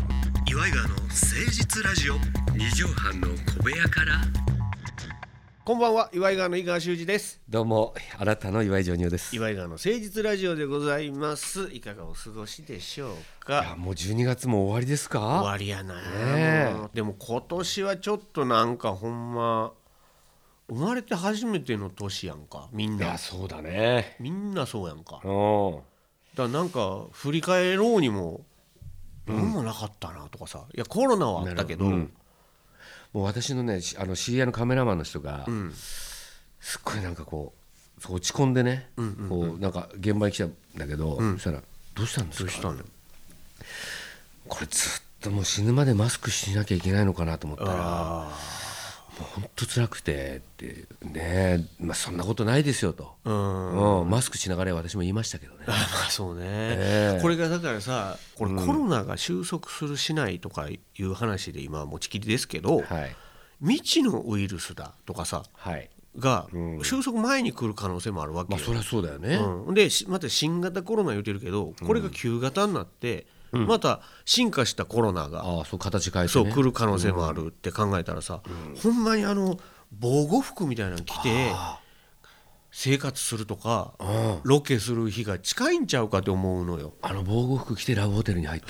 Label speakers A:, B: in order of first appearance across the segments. A: イガーの誠実ラジオ
B: 二畳半の小部屋から
A: こんばんは岩井川の井川修司です
B: どうもあなたの岩井ジョニオですい
A: 岩井川の誠実ラジオでございますいかがお過ごしでしょう
B: や
A: か
B: もう12月も終わりです
A: 終
B: か
A: わりやな、
B: え
A: もうでも今年はちょっとなんかほんま生まれて初めての年やんかみん
B: いや
A: な
B: そうだね
A: みんなそうやんかだか
B: うん
A: らなんか振り返ろうにも何もなかったなとかさいやコロナはあったけど
B: なるほどうんもう私のねしあの知り合いのカメラマンの人が、
A: ん
B: すっごいなんかこうそう落ち込んでね、こうなんか現場に来たんだけど、そしたら「どうしたんです
A: どう
B: か?
A: したの
B: これずっともう死ぬまでマスクしなきゃいけないのかなと思ったらも
A: あ
B: う本当辛くてってねえ、まあ、そんなことないですよと、
A: ーうん
B: うん、マスクしながら私も言いましたけどね
A: あ まあそうね、
B: ええ
A: これがだからさこれコロナが収束するしないとかいう話で今は持ちきりですけど、
B: はい
A: 未知のウイルスだとかさ
B: はい
A: が収束前に来る可能性もあるわけ
B: ま
A: よ
B: あそりゃそうだよね、
A: うん、でしまた新型コロナ言うてるけどこれが旧型になって、また進化したコロナが、
B: ああそう形変えて
A: そう
B: ね
A: 来る可能性もあるって考えたらさ、ほんまにあの防護服みたいなの着て生活するとか
B: うん
A: ロケする日が近いんちゃうかって思うのよ。
B: あの防護服着てラブホテルに 入った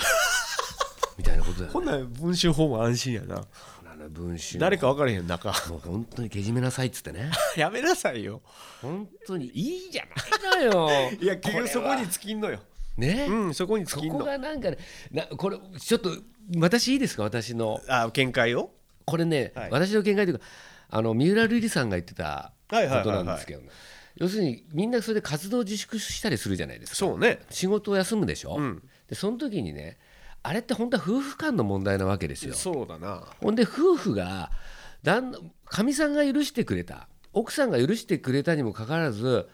B: みたいなことだよ
A: こんなん文春法も安心やな
B: あの文春
A: 誰か分からへん中
B: もう本当にけじめなさいっつってね
A: やめなさいよ
B: 本当にいいじゃないのよ
A: いや結局そこ
B: れ
A: に
B: は
A: 尽きんのよ
B: ね、
A: うんそこに
B: そ
A: 尽きん
B: こ
A: の
B: がなんかねなこれちょっと私いいですか私の
A: あ見解を
B: これね、
A: はい
B: 私の見解というかあの三浦瑠麗さんが言ってた
A: はいはいはいはい
B: ことなんですけど、要するにみんなそれで活動自粛したりするじゃないですか
A: そうね
B: 仕事を休むでしょ、
A: ん
B: でその時にねあれって本当は夫婦間の問題なわけですよ
A: そうだな
B: ほんで夫婦が旦那かみさんが許してくれた奥さんが許してくれたにもかかわらず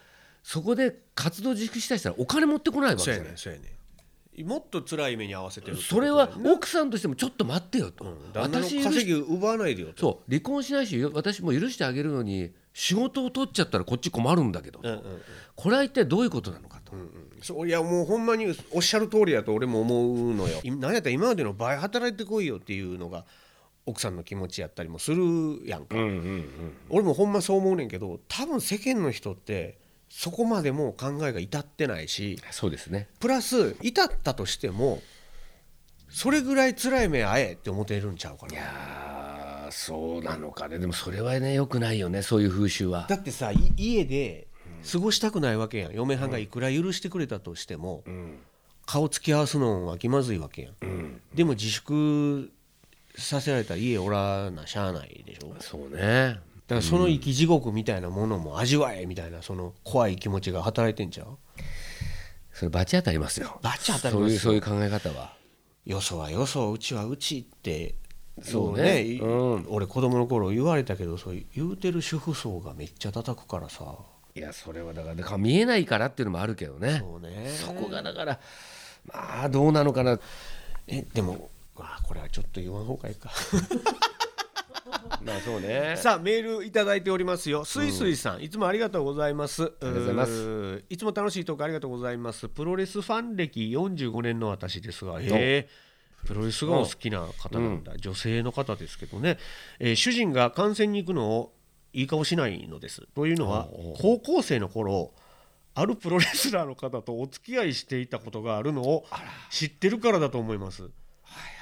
B: そこで活動自粛したりしたらお金持ってこないわけ
A: そ
B: じ
A: う
B: ゃ
A: や
B: ない
A: ねんそうやねんもっと辛い目に合わせてるってこと
B: それは奥さんとしてもちょっと待ってよと、
A: 旦那の
B: 私許
A: 稼
B: し
A: ぎを奪わないでよと
B: そう離婚しないしよ私も許してあげるのに仕事を取っちゃったらこっち困るんだけど、
A: うんうん
B: これは一体どういうことなのかと、
A: うんそういやもうほんまにおっしゃる通りだと俺も思うのよいなんやったら今までの倍働いてこいよっていうのが奥さんの気持ちやったりもするやんか俺もほんまそう思うねんけど多分世間の人ってそこまでもう考えが至ってないし
B: そうですね
A: プラス至ったとしてもそれぐらい辛い目あえって思ってるんちゃうか
B: い
A: な
B: やーそうなのかねでもそれはねよくないよねそういう風習は
A: だってさい家で過ごしたくないわけやん嫁はんがいくら許してくれたとしても顔つき合わすのは気まずいわけやんでも自粛させられたら家おらなしゃあないでしょだ
B: そうね
A: からその生き地獄みたいなものも味わえみたいなその怖い気持ちが働いてんちゃう
B: それ罰当たりますよ
A: 罰当たりますよ
B: そういうそういう考え方は
A: よそはよそうちはうちって
B: そうね
A: い
B: うん
A: 俺子供の頃言われたけどそう言うてる主婦層がめっちゃ叩くからさ
B: いやそれはだからだから見えないからっていうのもあるけどね
A: そうね
B: そこがだからまあどうなのかな
A: えでもあこれはちょっと言わん方がいいか
B: まあそうね
A: さあメールいただいておりますよすいすいさん、いつもありがとうございますあり
B: がとうございます
A: いつも楽しいトークありがとうございますプロレスファン歴45年の私ですがへえプロレスがお好きな方なんだ、女性の方ですけどね、えー主人が観戦に行くのをいい顔しないのですというのは高校生の頃あるプロレスラーの方とお付き合いしていたことがあるのを知ってるからだと思います。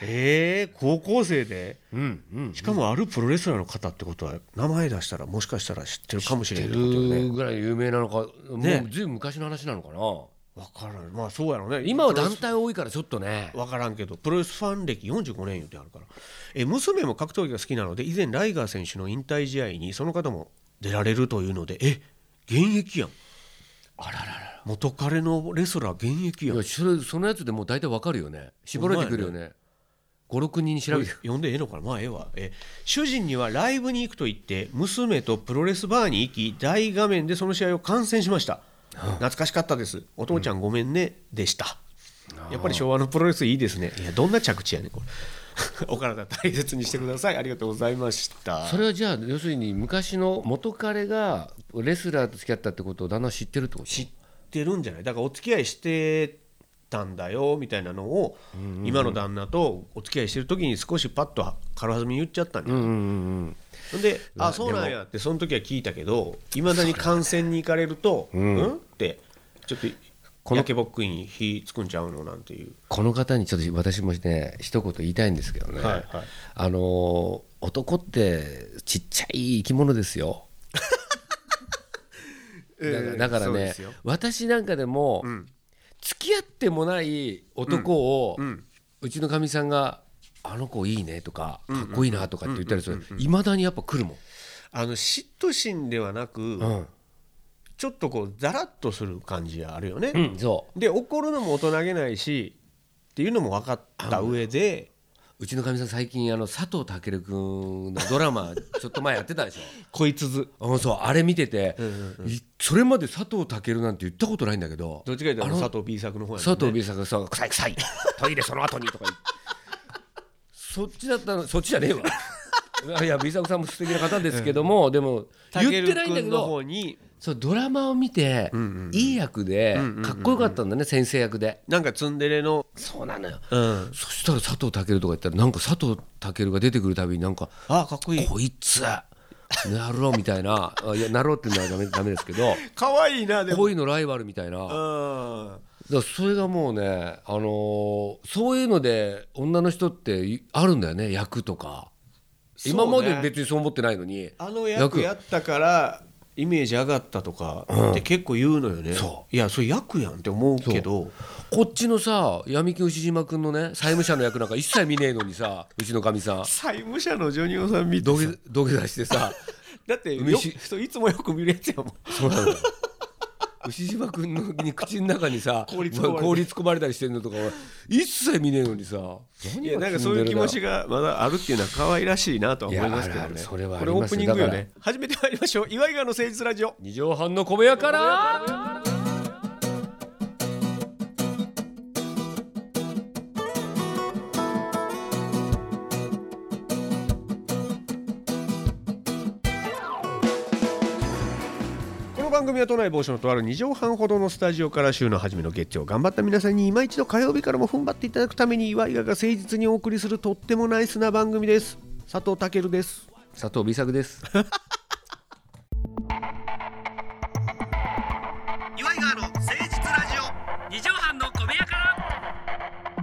A: えー、高校生で、
B: うんうん
A: しかもあるプロレスラーの方ってことは名前出したらもしかしたら知ってるかもしれないってことよ
B: ってる
A: ね。
B: ぐらい有名なのか、
A: ね
B: もうずいぶん昔の話なのかな
A: わからんまあそうやろね
B: 今は
A: プロレ
B: 団
A: ス
B: 体多いからちょっとね
A: わからんけどプロレスファン歴45年言ってあるからえー娘も格闘技が好きなので以前ライガー選手の引退試合にその方も出られるというのでえ現役やん
B: あららら
A: 元彼のレスラー現役や
B: い
A: ん
B: やそれそのやつでもう大体わかるよね絞られてくるよね56人調べて
A: 呼んでええのかなまあええわえ主人にはライブに行くと言って娘とプロレスバーに行き大画面でその試合を観戦しました懐かしかったですお父ちゃんごめんね、でしたやっぱり昭和のプロレスいいですねいやどんな着地やねんこれ お体大切にしてくださいありがとうございました
B: それはじゃあ要するに昔の元彼がレスラーと付き合ったってことを旦那は知ってるってこと
A: 知ってるんじゃないだからお付き合いしてたんだよみたいなのを今の旦那とお付き合いしてる時に少しパッと軽はずみに言っちゃったんだ
B: う
A: よ
B: んうんうん
A: ほんで「あそうなんや」ってその時は聞いたけどいまだに観戦に行かれると「うん?」ってちょっと
B: こ
A: こ
B: の
A: のけぼっくいに火つくんちゃうのなんていう
B: この方にちょっと私もね一言言いたいんですけどね、
A: はいはい
B: あのー男ってちっちゃい生き物ですよ。だからだから
A: そうで
B: ね
A: すよ
B: 私なんかでも、付き合ってもない男を、うちのかみさんが「あの子いいね」とか「かっこいいな」とかって言ったりするいまだにやっぱ来るもん。
A: あの嫉妬心ではなく
B: うん
A: ちょっとこうザラッとする感じがあるよね、
B: うん、そう
A: で怒るのも大人げないしっていうのも分かった上で
B: うちのかみさん最近あの佐藤健君のドラ マちょっと前やってたでしょ
A: こいつず
B: うん、そうあれ見てて、
A: ん
B: いそれまで佐藤健なんて言ったことないんだけど
A: どっちかというと
B: あ
A: あ
B: の
A: の佐藤 B 作の方やもんね
B: 佐藤 B さんがさ「臭い臭いトイレその後に」とか言ってそっちだったのそっちじゃねえ わいや B 作さんも素敵な方ですけども、でも言ってない
A: タケル
B: んだけ
A: 君の
B: ど
A: 方に
B: そうドラマを見て、いい役で、かっこよかったんだね先生役で
A: なんかツンデレの
B: そうなのよ
A: うん
B: そしたら佐藤健とか言ったらなんか佐藤健が出てくるたびになんか
A: あかっこいい
B: こいつなろうみたいな あいやなろうっていうのはダメダメですけど
A: 可愛いなでも
B: 恋のライバルみたいなだ
A: う
B: か
A: ん
B: らそれがもうね、あのーそういうので女の人っていあるんだよね役とか、
A: そうね
B: 今まで別にそう思ってないのに
A: あの役やったからイメージ上がったとかって結構言うのよね、
B: そ
A: いやそれ役やんって思うけど
B: こっちのさ闇金牛島君のね債務者の役なんか一切見ねえのにさうちのかみさん
A: 債務者のジョニオさん見て
B: 土下土下座してさ
A: だってよ
B: 梅酒
A: そういつもよく見るやつやもん
B: そうなのよ牛島君のに口の中にさ
A: 氷突っ込まれて
B: 氷突っ込まれたりしてるのとか俺一切見ねえのにさ
A: いやなんかそういう気持ちがまだあるっていうのは可愛らしいなとは思いますけど
B: いやあるある
A: ね
B: それはあ
A: これ
B: り
A: オ
B: ま
A: ープ
B: すよ
A: ニングよ
B: だから
A: ね始めてまいりましょう岩井川の誠実ラジオ
B: 二畳半の小部屋から
A: この番組は都内某所のとある2畳半ほどのスタジオから週の初めの月曜頑張った皆さんに今一度火曜日からも踏ん張っていただくために岩井川が誠実にお送りするとってもナイスな番組です佐藤健です
B: 佐藤美作です
A: 岩井川の誠実ラジオ
C: 二畳半の小部屋から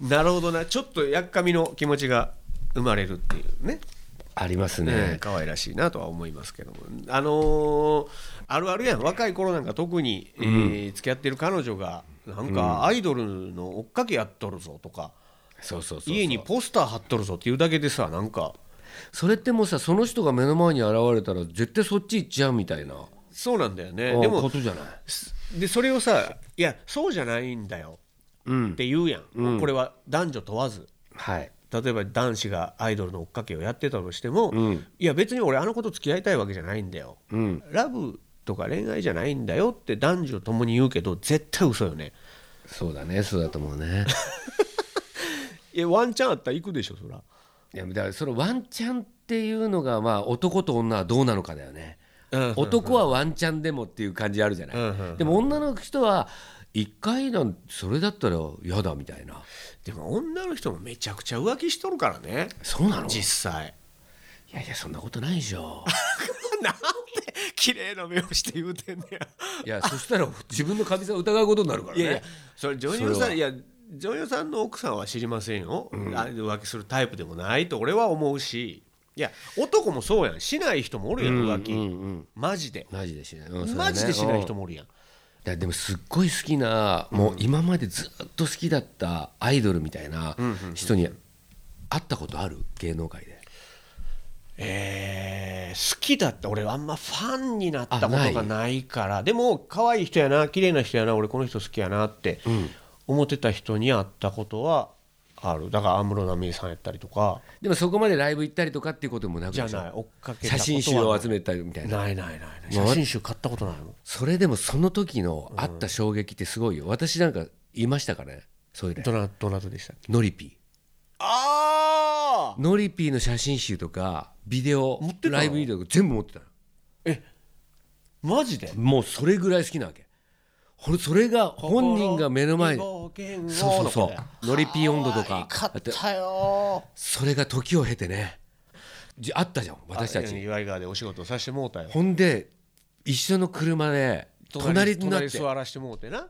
A: なるほどなちょっとやっかみの気持ちが生まれるっていうね
B: ありますね、
A: ね可愛らしいなとは思いますけどもあのーあるあるやん若い頃なんか特に、えー付き合ってる彼女がなんかアイドルの追っかけやっとるぞとか、
B: そうそうそうそう
A: 家にポスター貼っとるぞっていうだけでさなんか
B: それってもうさその人が目の前に現れたら絶対そっち行っちゃうみたいな
A: そうなんだよね
B: で
A: で
B: も
A: も
B: ことじゃない
A: でそれをさ「いやそうじゃないんだよ」って言うやん、これは男女問わず。
B: はい
A: 例えば男子がアイドルの追っかけをやってたとしても、いや別に俺あの子と付き合いたいわけじゃないんだよ、ラブとか恋愛じゃないんだよって男女ともに言うけど絶対嘘よね
B: そうだねそうだと思う ね
A: いやワンチャンあったら行くでしょそら
B: いやだからそのワンチャンっていうのがまあ男と女はどうなのかだよね男はワンチャンでもっていう感じあるじゃない、
A: うんうんう
B: でも女の人は一回なんそれだったら嫌だみたいな
A: でも女の人もめちゃくちゃ浮気しとるからね
B: そうなのい
A: 実際
B: やいやそんなことないで しょ
A: なんて綺麗な目をして言うてんねや
B: いやそしたら自分の神さん疑うことになるから
A: い
B: ね
A: やいやそれジョニオ
B: それ
A: さ
B: は
A: んいやジョニオさんの奥さんは知りませんよ、あ浮気するタイプでもないと俺は思うしいや男もそうやんしない人もおるやん浮気、マジで、
B: マジでしない、うんそれはね
A: マジでしない人もおるやん、
B: いやでもすっごい好きなもう今までずっと好きだったアイドルみたいな人に会ったことある芸能界で
A: えー好きだった俺あんまファンになったこと
B: あない
A: がないからでも可愛い人やな綺麗な人やな俺この人好きやなって思ってた人に会ったことはあるだから安室奈美恵さんやったりとか
B: でもそこまでライブ行ったりとかっていうこともなく
A: じゃ
B: 写
A: ない追っかけたことは
B: 真集を集めたりみたいな
A: ないないないない写真集買ったことないもん
B: それでもその時のあった衝撃ってすごいよ私なんかいましたからねそういう
A: どなどなたでしたっけ
B: ノリピ
A: ああ
B: ーノリピーの写真集とかビデオ
A: 持ってたの
B: ライブビデオ全部持ってたの
A: えマジで
B: もうそれぐらい好きなわけほれそれが本人が目の前で
A: そう
B: そうそうそうノリピー温度とか
A: かったよ
B: それが時を経てねじあったじゃん私た
A: あ
B: ち
A: 岩井川でお仕事させてもうたよ
B: ほんで一緒の車で隣になって
A: 隣座らしてもうてな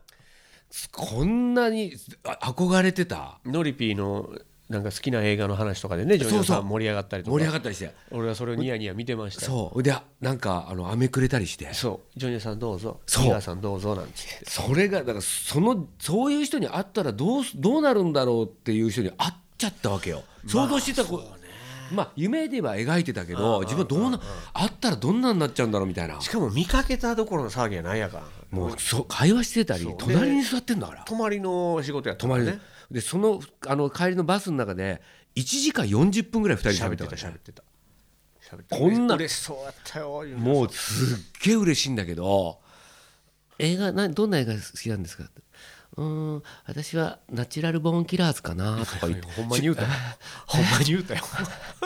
B: こんなにあ憧れてた
A: ノリピーのなんか好きな映画の話とかでねジョニオ
B: そう
A: さ
B: そうん
A: 盛り上がったりとか
B: 盛り上がったりして
A: 俺はそれをニヤニヤ見てましたよ
B: そうでなんかあの飴くれたりして
A: そうジョニオさんどうぞ
B: そう
A: ニガさんどうぞなんて言って
B: それがだからそのそういう人に会ったらどうすどうなるんだろうっていう人に会っちゃったわけよ想像してたこ、まあ夢では描いてたけど自分はどうな会ったらどんなになっちゃうんだろうみたいな
A: しかも見かけたどころの騒ぎやないやから
B: もうそう会話してたり
A: う
B: 隣に座ってんだから
A: 泊まりの仕事やった
B: 泊
A: か
B: ま
A: ら
B: り
A: ね
B: でそのあの帰りのバスの中で1時間40分ぐらい2人で
A: 喋
B: 喋
A: っ
B: ってて
A: た
B: たから
A: 喋
B: ね
A: ってた喋ってた
B: こんな
A: 嬉しそうやったよ
B: もうすっげえ嬉しいんだけど映画などんな映画好きなんですかうーん私はナチュラルボーンキラーズかなとか言って
A: ほんまに言うたよほんまに言うたよ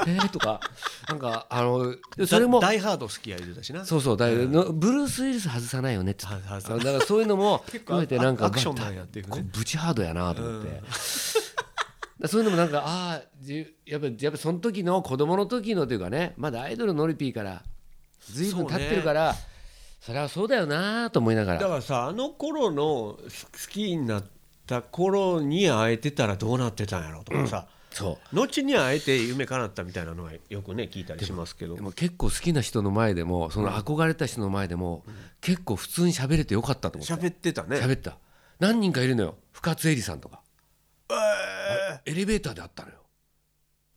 B: えー とか、なんか、あの、それも、
A: ダイハード好きや言うてたしな
B: そうそう、だいのブルース・ウィルス外さないよねって。
A: 外さ
B: あのだからそういう のも含めてなんか
A: アクションなんやっていうね
B: こうブチハードやなと思って、だから そういうのもなんかああじやっぱやっぱその時の子供の時のというかねまだアイドルのノリピーから随分経ってるからそ,、れはそうだよなと思いながら
A: だからさあの頃の好きになった頃に会えてたらどうなってたんやろうとかさ、
B: そう
A: 後に会えて夢叶ったみたいなのはよくね聞いたりしますけど
B: でも結構好きな人の前でもその憧れた人の前でも、結構普通に喋れてよかったと思って
A: 喋ってたね
B: 喋った何人かいるのよ深津絵里さんとか、あエレベーターで会ったのよ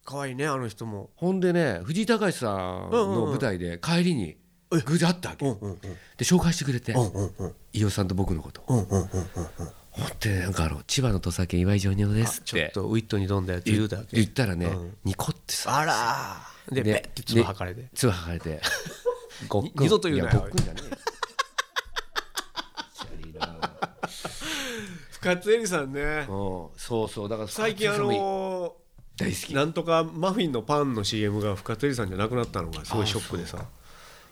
A: 可愛いねあの人も
B: ほんでね藤井隆さんの舞台で帰りに偶然会ったわけ、
A: うんうん
B: で紹介してくれて、
A: うんうんうん
B: 飯尾さんと僕のこと、
A: うんうんうん
B: ほんでなんかあの千葉の土佐県岩井ジョニ男ですっ
A: ちょってとウィットに飛んだやつ言
B: 言
A: う
B: った
A: わけ
B: 言ったらね、
A: うん
B: ニコってさ
A: あらーで
B: で
A: ペッて唾吐かれて
B: 唾吐かれてごっくん
A: 二度と言うなよ
B: いやごっくんじゃねえよ
A: 深津絵里さんね
B: うんそうそうだから
A: 最近あ
B: 深津絵里さんも
A: の
B: 大好き
A: なんとかマフィンのパンの CM が深津絵里さんじゃなくなったのがすごいショックでさ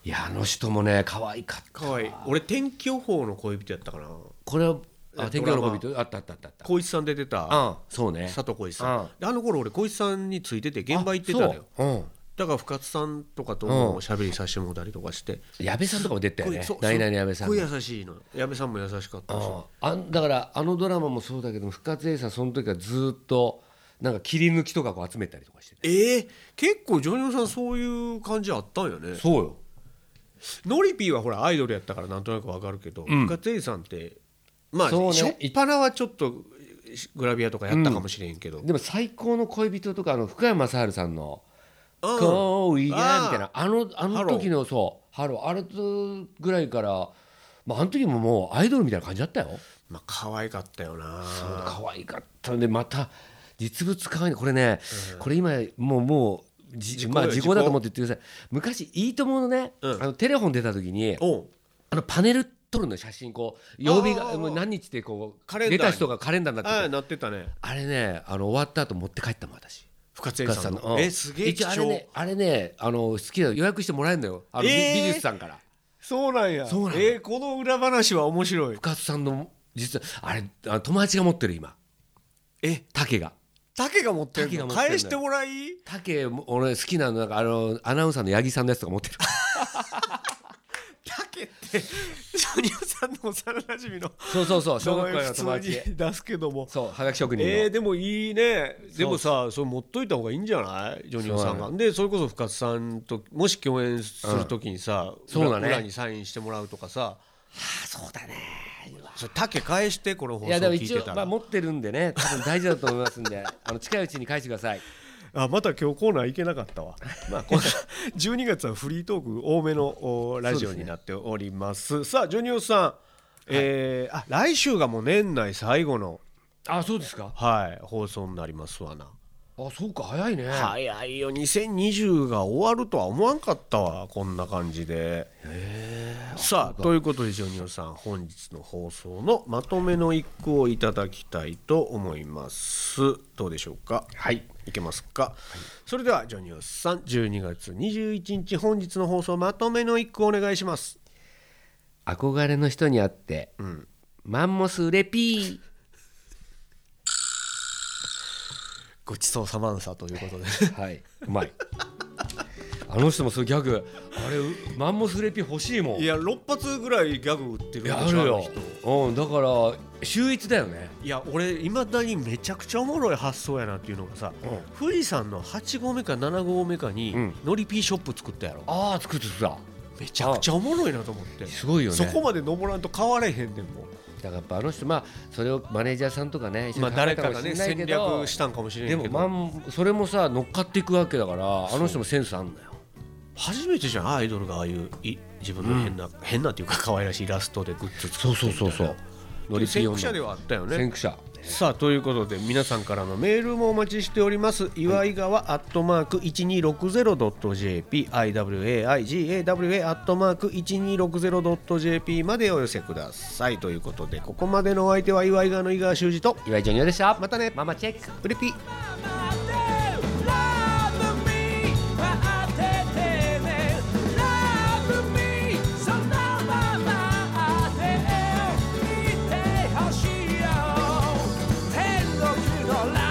B: いやあの人もね可愛かった
A: 可愛い俺天気予報の恋人やったかな
B: これは
A: え
B: あ天気
A: ドラマ
B: の恋人あったあったあったあった
A: 光一さん出てた
B: あそうね
A: 佐藤浩市さん、
B: うん
A: であの頃俺浩市さんについてて現場行ってたのよ
B: そううん
A: だから深津さんとかと
B: うん
A: もおしゃべりさせてもらったりとかして、
B: 矢部さんとかも出てたよね
A: そうそう
B: ナイナイの矢部さん
A: すっ
B: が
A: ごい優しいのよ矢部さんも優しかったし
B: うんあんだからあのドラマもそうだけど深津絵里さんその時はずっとなんか切り抜きとかこう集めたりとかしてて
A: ええ結構ジョニオさんそういう感じあったんよね
B: そうよ
A: ノリピーはほらアイドルやったからなんとなくわかるけど、深津絵里さんってまあ、
B: そうね
A: しょっぱなはちょっとグラビアとかやったかもしれんけど、
B: でも最高の恋人とかあの福山雅治さんの
A: う
B: 「
A: ん
B: 恋が」
A: あー
B: みたいなあのあの時のそうハローあれとぐらいからまああの時ももうアイドルみたいな感じだったよ
A: まあ可愛かったよな
B: 可愛かったんでまた実物可愛いこれね、これ今もうもうじ
A: 故
B: まあ
A: よ
B: 時効だと思って言ってください昔「いいとも!」のね、
A: うん
B: あのテレフォン出た時に
A: おう
B: あのパネル撮るのよ写真こう曜日
A: あ
B: が
A: ー
B: もう何日でこう
A: カレンダー
B: 出
A: に
B: た人がカレンダーにな
A: ああ
B: ってて
A: なってたね
B: あれねあの終わった後持って帰ったもん私。
A: 深津絵
B: 深
A: 里さ
B: 津さ
A: ん
B: ん
A: の
B: の、うん
A: えすげえ貴
B: 一応あ
A: 重
B: れねあれねあの好きだ予約してもらえるのよあの、美
A: えー
B: 美術さんから
A: そうなんや
B: そうなんや
A: えーこの裏話は面白い
B: 深津さんの実はあれあの友達が持ってる今
A: え
B: 竹が
A: 竹が持ってる
B: 竹が
A: の
B: 持ってんの
A: 返
B: よ
A: してもらい
B: 竹も俺好きなのなんかあのアナウンサーの八木さんのやつとか持ってる
A: 竹ってジョニオさんの幼馴染の
B: そうそうそう
A: 名
B: 小
A: 前
B: 学校
A: 普
B: の友
A: 通
B: 達
A: に出すけども
B: そうはがき職人の、
A: えーでもいいねでもさそれ持っといた方がいいんじゃないジョニオさん
B: そうな
A: がでそれこそ深津さんともし共演する時にさ
B: そうだね
A: 裏裏にサインしてもらうとかさ
B: あそうだね
A: それ竹返してこの放
B: い
A: 送
B: やでも
A: 聞い
B: 一
A: て
B: 応、
A: た
B: まあ、
A: ら
B: 持ってるんでね多分大事だと思いますん であの近いうちに返してください
A: あまた今日コーナー行けなかった わ。まあ、こんな12月はフリートーク多めのおラジオになっております。さあ、ジョニオさん、えーあ来週がもう年内最後の、
B: あそうですか
A: はい、放送になりますわな。
B: あそうか早いね、
A: 早いよ、2020が終わるとは思わんかったわ、こんな感じで。さあ、ということで、ジョニオさん、本日の放送のまとめの一句をいただきたいと思います。どうでしょうか。
B: はい
A: いけますか、それではジョニオさん12月21日本日の放送まとめの一句お願いします
B: 憧れの人に会って、
A: ん
B: マンモスうれピー
A: ごちそうさまんさということで
B: はい、うまい。あの人もそういうギャグ、あれうマンモスレピ欲しいも ん。
A: いや6発ぐらいギャグ売ってる
B: いや
A: で
B: あ
A: しょ
B: る
A: あの
B: よ
A: 人。
B: うん、だから秀逸だよね。
A: いや俺いまだにめちゃくちゃおもろい発想やなっていうのがさ、
B: ん
A: 富士山の8合目か7合目かに
B: うん
A: のりピーショップ作ったやろ、
B: ああ、作ってた。
A: めちゃくちゃおもろいなと思って、
B: すごいよね。
A: そこまで登らんと変われへんねんもん
B: だからやっぱあの人まあそれをマネージャーさんとかね、一
A: ま
B: 緒に
A: あ、
B: 考え
A: 誰
B: た
A: か
B: も
A: が
B: しれ
A: ね
B: ないけ
A: 戦
B: ど
A: 略したんかもしれんけ
B: で
A: ど
B: もマンそれもさ乗っかっていくわけだから、あの人もセンスあんだよ。
A: 初めてじゃんアイドルがああいうい自分の変な、変なっていうか可愛らしいイラストでグッズ作ってみたいな
B: 乗りピ
A: 先
B: ヨン
A: 駆者で
B: の。
A: はあったよね
B: 先駆者。
A: さあということで皆さんからのメールもお待ちしております岩井川アットマーク 1260.jp iwaigawa アットマーク 1260.jp までお寄せくださいということでここまでのお相手は岩井川の井川修司と
B: 岩井ジョニオでした。
A: またね
B: ママチェック。
A: うれぴ
D: Love me, I did it. Love me, so now I did it. いてほしいよ。天国のラ